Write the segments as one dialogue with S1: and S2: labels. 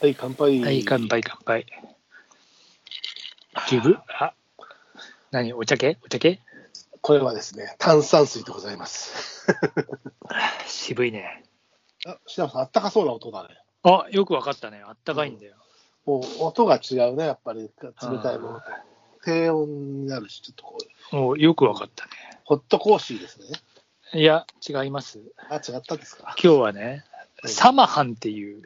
S1: はい、乾杯。
S2: はい、乾杯、乾杯。
S1: ギブ
S2: あ何お茶系お茶系
S1: これはですね、炭酸水でございます。
S2: 渋いね。
S1: あ、シナプさん、あったかそうな音だね。
S2: あ、よくわかったね。あったかいんだよ。
S1: もう、音が違うね、やっぱり、冷たいものと。低温になるし、ちょっとこう、
S2: もうよくわかった
S1: ホットコーヒーですね。
S2: ね。いや、違います。
S1: あ、違ったですか。
S2: 今日はね、サマハンっていう、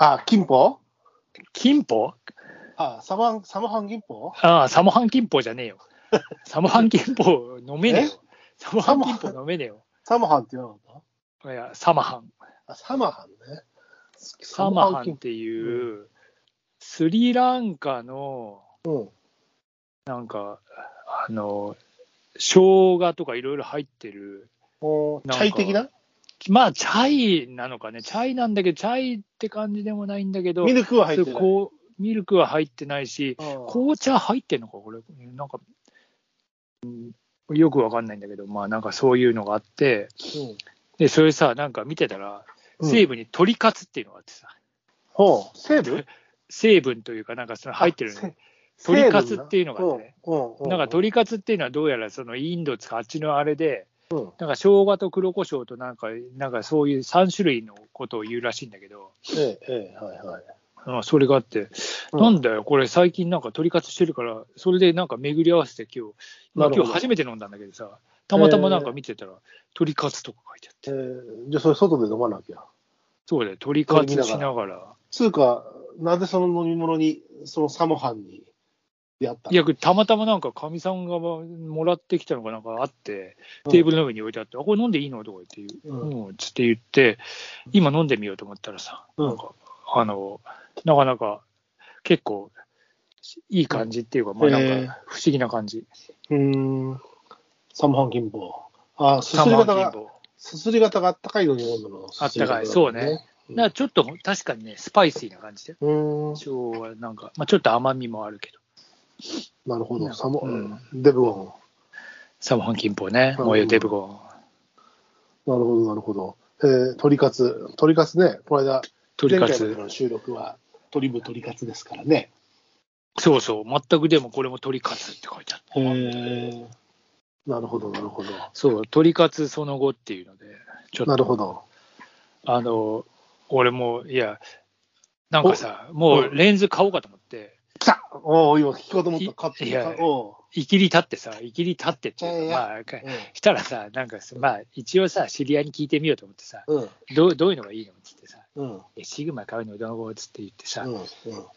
S1: あ、金峰
S2: 金宝
S1: あ、サマン、サマハン銀峰
S2: ああ、サモハン金宝じゃねえ よ。サモハン金宝飲めねえよ。サモハン金宝飲めねえよ。
S1: サマハンって言わなかっ
S2: いや、サマハン。
S1: たあ、サマハンね。
S2: サマハンっていう、スリランカの、
S1: うん。
S2: なんか、あの、生姜とかいろいろ入ってる、
S1: おー
S2: なん
S1: チ
S2: か
S1: ャイ的な
S2: まあ、チャイなのかね、チャイなんだけど、チャイって感じでもないんだけど、
S1: ミルクは入ってる。
S2: こうミルクは入ってないし、
S1: うん
S2: 紅茶入ってんのか、これ、なんか、うんよくわかんないんだけど、まあ、なんかそういうのがあって、
S1: うん
S2: で、それさ、なんか見てたら、
S1: うん
S2: 成分に鶏カツっていうのがあってさ、
S1: ほう、セーブ
S2: 成分というか、なんかその入ってるのね、
S1: 鳥
S2: 鶏カツっていうのがね、
S1: うんう
S2: なんか、鶏カツっていうのはどうやらそのインドつかあっちのあれで、
S1: うんうん
S2: なんか生姜と黒胡椒となんか、なんかそういう3種類のことを言うらしいんだけど、
S1: ええ、ええ、はいはい。
S2: あそれがあって、
S1: うん
S2: なんだよ、これ最近なんか取り活してるから、それでなんか巡り合わせて今日、まあ
S1: なるほど
S2: 今日初めて飲んだんだけどさ、たまたまなんか見てたら、取り活とか書いてあって、
S1: えー、じゃあそれ外で飲まなきゃ。
S2: そうだよ、取り活しながら。
S1: つうか、なぜその飲み物に、そのサモハンに出会ったの
S2: いや、たまたまなんかかみさんがもらってきたのがなんかあって、テーブルの上に置いてあって、あ、これ飲んでいいのとか言って言う、
S1: う
S2: うん、つって言って、今飲んでみようと思ったらさ、
S1: うん
S2: なんか、あの、なかなか結構いい感じっていうか、まあな
S1: へ
S2: ん
S1: え
S2: か不思議な感じ。
S1: うーん、サモハン金棒。あ、す
S2: サ
S1: すり
S2: マー
S1: 方
S2: キン
S1: が、
S2: ボウ
S1: すすり方があったかいのに飲むの。
S2: あったかいそうね。
S1: うん
S2: なんかちょっと確かにね、スパイシーな感じで。
S1: うーん、
S2: 生姜はなんか、まあ、ちょっと甘みもあるけど。
S1: なるほど。サモ、
S2: うん
S1: デブゴン。
S2: サムハンキンポね、
S1: うん
S2: モヨデブゴン。
S1: なるほど、なるほど。えー、鶏カツ。鶏カツね、この間、
S2: 鳥カ
S1: 前回
S2: ツ。
S1: の収録は、鶏部鶏カツですからね。
S2: そうそう、全くでもこれも鳥カツって書いてある。
S1: へえ。なるほど、なるほど。
S2: そう、鳥カツその後っていうので、ちょっ
S1: なる
S2: と、
S1: ほど。
S2: あの、俺も、いや、なんかさ、もううんレンズ買おうかと思って、
S1: 来たおお、今聞こうと思った。カップ
S2: いや
S1: お
S2: いきり立ってさ、いきり立ってっていう
S1: い
S2: か、
S1: やいや
S2: まあ、か
S1: ー
S2: したらさ、なんかさ、まあ、一応さ、知り合いに聞いてみようと思ってさ、
S1: うん。うん。
S2: どうどういうのがいいのっつってさ、
S1: うん。
S2: えシグマ買うのどうっつって言ってさ、
S1: うん。うん。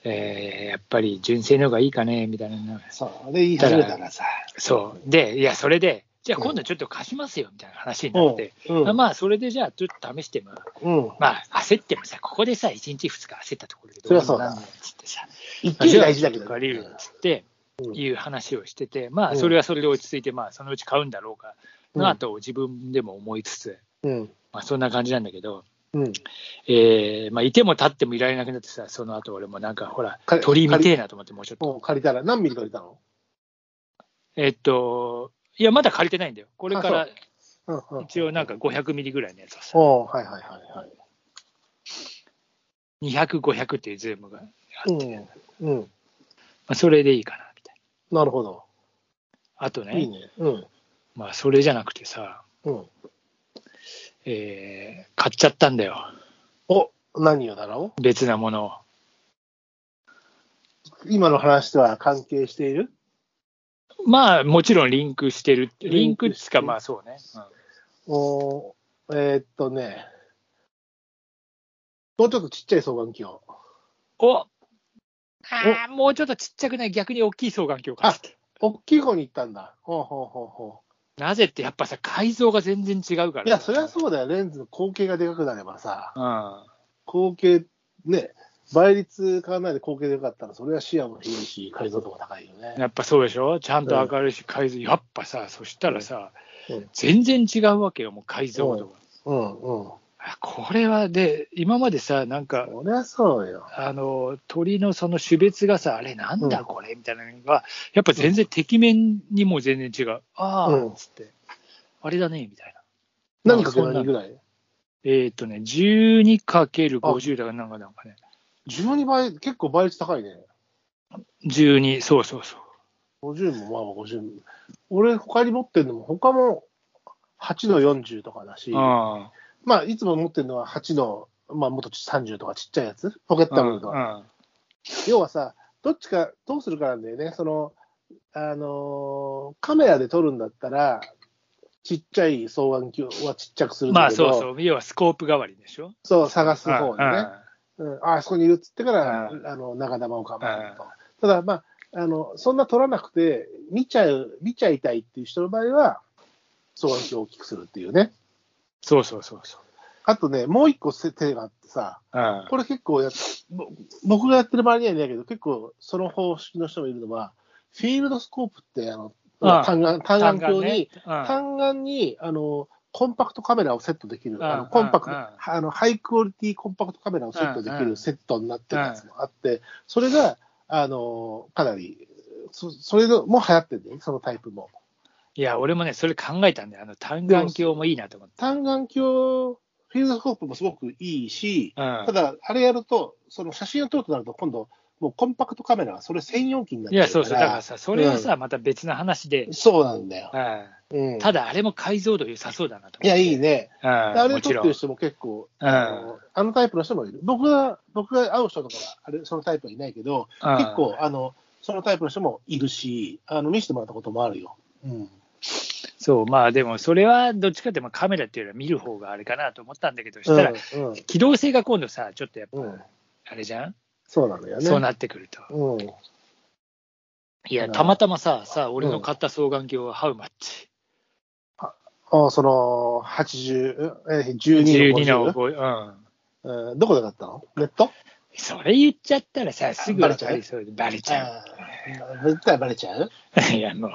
S2: えーやっぱり純正の方がいいかねみたいなのが
S1: さあ、あれ言い始めたらさ。
S2: そうでいやそれでじゃあ今度ちょっと貸しますよみたいな話になって、
S1: うん。
S2: まあそれでじゃあちょっと試しても
S1: うん。
S2: まあ焦ってもさここでさ1日2日焦ったところで
S1: そりゃそうだ
S2: なんないっつってさ
S1: 一気に大事だけど。
S2: 借りるっつって
S1: うん
S2: いう話をしててま
S1: う
S2: あ
S1: ん
S2: それはそれで落ち着いてまあそのうち買うんだろうか
S1: うん
S2: なと自分でも思いつつ、
S1: うん。
S2: まあ、そんな感じなんだけど、
S1: うん。
S2: えーまあ、いても立ってもいられなくなってさその後俺もなんかほら
S1: か
S2: 鳥見てえなと思ってもうちょっと。
S1: お借りたら、何ミリ借りたの
S2: えっと、いや、まだ借りてないんだよ。これから
S1: あうん。うん。
S2: 一応なんか500ミリぐらいのやつをさ、
S1: おおはいはいはいはい。
S2: 200、500っていうズームがあって、ま
S1: うん。うん。
S2: あ、それでいいかな、みたい
S1: なるほど。
S2: な。あとね、
S1: いいね。うん。
S2: まあ、それじゃなくてさ、
S1: うん。
S2: えー買っちゃったんだよ。
S1: お何をだろ
S2: 別なものを。
S1: う今の話とは関係している
S2: まあ、もちろんリンクしてる。リンク
S1: リ
S2: っつうか、
S1: ンクしてる
S2: まあそうね。
S1: おーえーっとね。もうちょっとちっちゃい双眼鏡。
S2: うん、おあーもうちょっとちっちゃくない、逆に大きい双眼鏡を買っちゃっ
S1: 大きい方に行ったんだ。ほうほうほうほ
S2: た。なぜってやっぱさ、改造が全然違うから
S1: う。いや、そりゃそうだよ。レンズの光景がでかくなればさ、
S2: うん。
S1: 光景、ね、倍率変わらないで光景でよかったら、それは視野も広いし、解像度も高いよね。
S2: やっぱそうでしょちゃんと明るいし、改造、やっぱさ、そしたらさ、
S1: うん
S2: 全然違うわけよ、もう解像度が。
S1: うんうん。
S2: あこれはで、今までさ、なんか、
S1: そりゃそうよ。
S2: あの鳥のその種別がさ、あれなん
S1: う
S2: だ
S1: ん
S2: これみたいなのが、やっぱ全然、敵面にも全然違う。ああ、
S1: うん
S2: つって、あれだね、みたいな。
S1: 何かけ
S2: そんな
S1: 何ぐらい
S2: えーっ、とね、12×50 だから、なんかなんかね、
S1: 12倍、結構倍率高いね。
S2: 12、そうそうそう。
S1: 50もまあまあ50も。俺、他に持ってるのも、他も8の40とかだし、
S2: あ
S1: まあ、いつも持ってるのは8の、まあ、もっと30とかちっちゃいやつ、ポケットダブルとか。
S2: あ。
S1: 要はさ、どっちか、どうするかなんだよね。その、あのーカメラで撮るんだったら、ちっちゃい双眼鏡はちっちゃくするん
S2: ま
S1: だ
S2: あ
S1: けど、
S2: そうそう。要はスコープ代わりでしょ。
S1: そう探す方に
S2: うん
S1: ね。うん、ああそこにいるっつってから、
S2: う
S1: あの長玉を構えると。ただ、まああの、そんな取らなくて、見ちゃう、見ちゃいたいっていう人の場合は、双眼鏡を大きくするっていうね。
S2: そうそうそうそう。
S1: あとね、もう一個せ手があってさ、
S2: うん
S1: これ結構やっ、ぼ僕がやってる場合にはいないけど、結構その方式の人もいるのは、フィールドスコープって、あの、
S2: ああ
S1: 単眼、単眼鏡に、
S2: 単
S1: 単眼に、あの、コンパクトカメラをセットできる、あ
S2: うん
S1: のコンパクト、
S2: うん
S1: あの、ハイクオリティコンパクトカメラをセットでき
S2: うんうん
S1: るセットになってるやつもあって、それが、あの、かなり、そそれのも流行ってるね、そのタイプも。
S2: いや、俺もね、それ考えたんだよ。あの単眼鏡もいいなと思って。
S1: 単眼鏡、フィールドスコープもすごくいいし、
S2: うん
S1: ただ、あれやると、その写真を撮るとなると、今度、もうコンパクトカメラがそれ専用機になっ
S2: い
S1: てる
S2: や、
S1: か
S2: そう
S1: ら。
S2: そう。だからさ、それはさ、また別の話で。
S1: そうなんだよ。
S2: う
S1: うん、
S2: んた
S1: だ、
S2: だ、あれも解像度良さそうだなと
S1: い
S2: 思っ
S1: や、
S2: て。
S1: いいね。
S2: や
S1: あれ
S2: も
S1: 撮
S2: ち
S1: っ
S2: ろ
S1: て
S2: ん
S1: る。人も結構、
S2: うん
S1: あのあのタイプの人もいる。僕が、僕が会う人とかは、あれ、そのタイプはいないけど、
S2: うん
S1: 結構、あの、そのタイプの人もいるし、あの、見せてもらったこともあるよ。うん。
S2: そう、まあでも、それはどっちかっていうとまあカメラっていうよりは見る方があれかなと思ったんだけど、したら、
S1: うん、うん
S2: 機動性が今度さ、ちょっとやっぱ、
S1: うん
S2: あれじゃん、
S1: そうなのよね。
S2: そうなってくると。
S1: うん。
S2: いや、
S1: うん
S2: たまたまさ、さ、俺の買った双眼鏡はハウマッチ。
S1: あその、80、えー、12
S2: 12
S1: の
S2: の
S1: 50、
S2: 5、うん。
S1: うん。どこで買ったのネット
S2: それ言っちゃったらさ、すぐ
S1: バレちゃう
S2: わかりそうでバレちゃ
S1: ああ、絶対バレちゃう
S2: う。 いや、もう、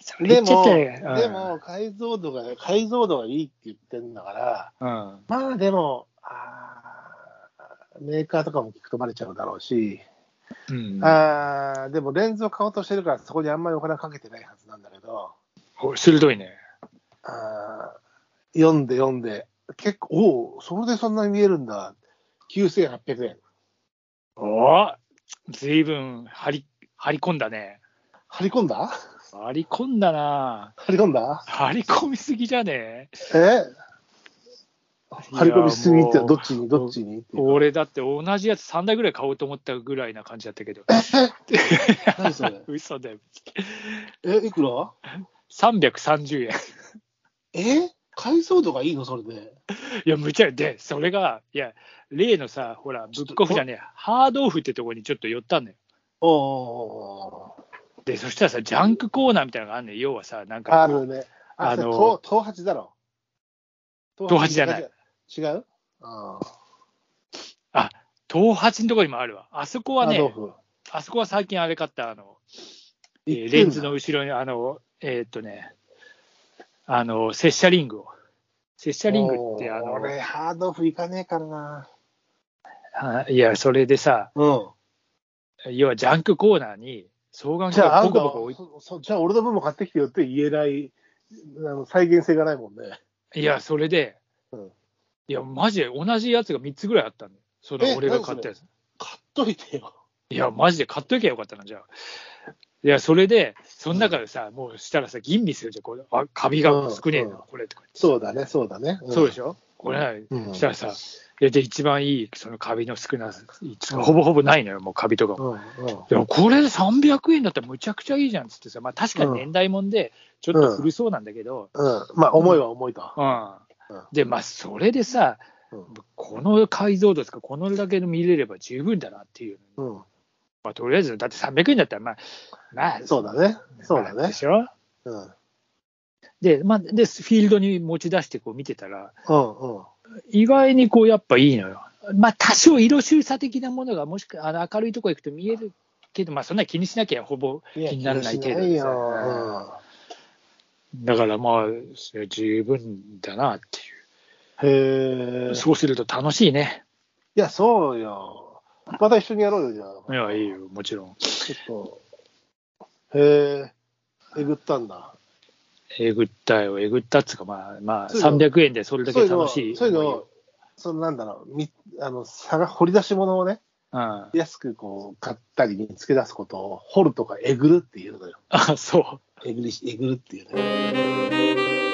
S2: それ
S1: で
S2: 言っちゃっ
S1: も、
S2: たら、うん
S1: でも、解像度が、解像度がいいって言ってんだから、
S2: うん。
S1: まあでも、あーメーカーとかも聞くとバレちゃうだろうし、
S2: うん、
S1: あーでもレンズを買おうとしてるから、そこにあんまりお金かけてないはずなんだけど、
S2: お鋭いね。
S1: あー読んで読んで、結構、おお、それでそんなに見えるんだ、9800円、
S2: おずいぶん張り、張り込んだね。
S1: 張り込んだ
S2: 張り込んだな
S1: 張り込んだ
S2: 張り込みすぎじゃね
S1: え張り込みすぎって
S2: いやもう
S1: どっちにどっちにっていうか
S2: 俺だって同じやつ3台ぐらい買おうと思ったぐらいな感じだった けど。
S1: 何それ
S2: 嘘だよ。
S1: え、いくら
S2: 330円。
S1: え解像度がいいのそれで。
S2: いや、むちゃで、それが、いや、例のさ、ほら、ブックオフじゃねえ、ハードオフってとこにちょっと寄ったんだよ。
S1: おー
S2: で、そしたらさ、ジャンクコーナーみたいなのがあんねん要はさ、なんか、
S1: あるね。あ、
S2: あの
S1: の、東東八だろ。
S2: 東八じゃない。
S1: 違うああ。
S2: 東八のとこにもあるわ。あそこは
S1: ハードオ
S2: ね、
S1: フ
S2: あそこは最近あれ買った、あの、え
S1: 行ってん
S2: ー
S1: だ
S2: レンズの後ろに、あの、えーっとね、あの、拙者リングを。拙者リングって、あ
S1: おー
S2: の、
S1: 俺、ハードオフ行かねえからな。
S2: あいや、それでさ、
S1: うん。
S2: 要はジャンクコーナーに双眼
S1: じゃあ、あ
S2: 鏡
S1: ん
S2: が
S1: た
S2: ボコボコ置いて、
S1: そそじゃあ俺の分も買ってきてよって言えない、あの再現性がないもんね。
S2: いや、それで、
S1: うん
S2: いや、マジで同じやつが3つぐらいあったんだよ。その
S1: え
S2: 俺が買ったやつ。
S1: 買っといてよ。
S2: いや、マジで買っときゃよかったな、じゃあ。いや、それで、その中でさ、もうしたらさ、吟味するじゃん。これあ、カビが少ねえな、
S1: うん
S2: これとか。
S1: そうだね、そうだね。
S2: そうでし
S1: ょ。
S2: ょこれな、
S1: うん
S2: したらさ、で、で一番いい、そのカビの少なさ、ほぼほぼないのよ、もうカビとかも。
S1: うんうん。
S2: でもこれで300円だったらむちゃくちゃいいじゃんっつってさ、まあ、確かに年代もんで、ちょっと古そうなんだけど、
S1: うん、まあ、思いは思いと。
S2: うん
S1: うん
S2: で、まあ、それでさ、
S1: うん
S2: この解像度とか、このだけの見れれば十分だなっていう、
S1: うん。
S2: まあ、とりあえず、だって300円だったら、まあ、まあ、
S1: そうだね。そうだ
S2: まあで
S1: ね。
S2: しょ
S1: うん。うん
S2: で、まあ、で、フィールドに持ち出してこう見てたら、
S1: うん。
S2: 意外にこう、やっぱいいのよ。まあ、多少色収差的なものが、もしくはあの明るいとこ行くと見えるけど、まあ、そんな気にしなきゃほぼ
S1: いや
S2: 気にならない程度
S1: 気にし
S2: で
S1: よ
S2: さ。うんだからまあ、それ十分だなって
S1: うん。
S2: い
S1: へ
S2: う。
S1: え。
S2: そうすると楽しいね。
S1: いや、そうよ。また一緒にやろうよ、じゃあ。
S2: いや、いいよ、もちろん。
S1: ちょっと。へえ、えぐったんだ。
S2: えぐったよ、えぐったっつうか、まあ、まあ、
S1: そういうの
S2: 300円でそれだ
S1: そうい
S2: け
S1: うの
S2: 楽しい
S1: そういう
S2: 思い
S1: の
S2: を。、
S1: そのなんだろう、みあの探掘り出し物をね、
S2: うん。あ
S1: 安くこう買ったり見つけ出すことを掘るとかえぐるっていうのよ。
S2: そう。
S1: えぐりしえぐるっていうのよ。